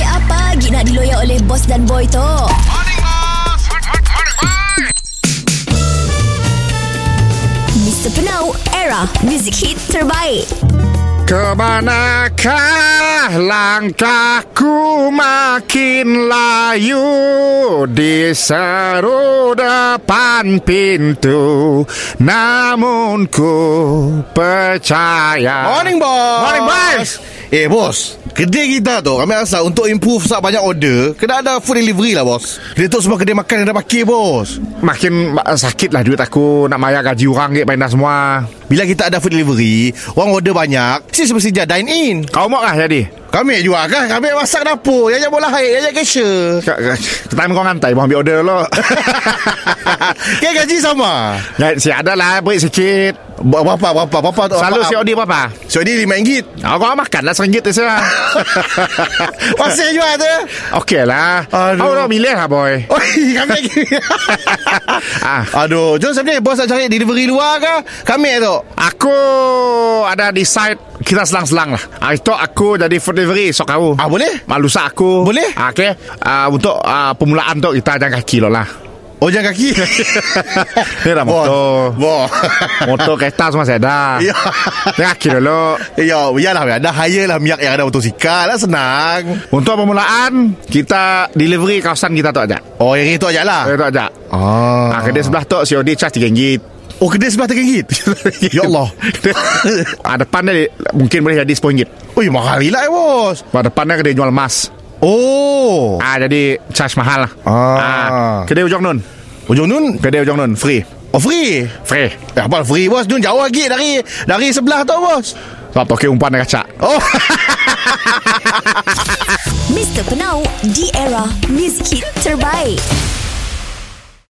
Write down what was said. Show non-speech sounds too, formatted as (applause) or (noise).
lagi nak diloyak oleh bos dan boy tu? Mr. Penau, era music hit terbaik. Ke manakah langkahku makin layu Di seru depan pintu Namun ku percaya Morning, boss. Ah. Morning, boss. Eh, bos. Kedai kita tu, kami rasa untuk improve sah banyak order, kena ada food delivery lah, bos. Dia tu semua kedai makan yang dah pakai, bos. Makin ma- sakit lah duit aku Nak bayar gaji orang ke pindah semua Bila kita ada food delivery, orang order banyak, sis mesti dia dine in. Kau mau lah jadi Kami juga kan, kami masak dapur, yang bola air, yang kesya. Ke- ke- Time kau ngantai Mau ambil order dulu (laughs) Kan gaji sama. Ya, si ada lah Berit sikit Berapa, berapa, berapa tu? Selalu si order berapa? Saudi RM5. Aku makan lah seringgit tu (laughs) saya Masih jual tu. Okey lah Aduh. Kau dah milih lah boy Oi, kami lagi. (laughs) Ah. Aduh, jom sebenarnya bos nak cari delivery luar ke? Kami tu. Aku ada decide kita selang-selang lah. Ah, itu aku jadi food delivery sok kau. Ah, boleh? Malusa aku. Boleh? Ah, Okey. Ah, untuk ah, permulaan tu kita jangan kaki lo lah. Oh, jangan kaki. Ni dah (laughs) motor. Boh. Motor kereta semua saya (laughs) dah. Ya. Jangan kaki dulu. Ya, iyalah Mia. Dah hire lah Miak yang ada motosikal lah senang. Untuk permulaan kita delivery kawasan kita tu aja. Oh, yang itu aja lah. Kita tu aja. Ah. Ah, kedai sebelah tu COD charge RM3. (laughs) Oh, kedai sebelah (laughs) tergigit. ya Allah. ah, depan dia mungkin boleh jadi RM10. Oi, mahal gila eh, bos. Bah, depan dia kedai jual emas. Oh. Ah, jadi charge mahal à? lah. Ah. kedai Ujung Nun. Ujung Nun, Kedai Ujung Nun free. oh free. Free. Eh, apa free bos? Nun jauh lagi dari dari sebelah tu bos. Tak pakai umpan dengan kacak. Oh. Mr. Penau, di era music hit terbaik.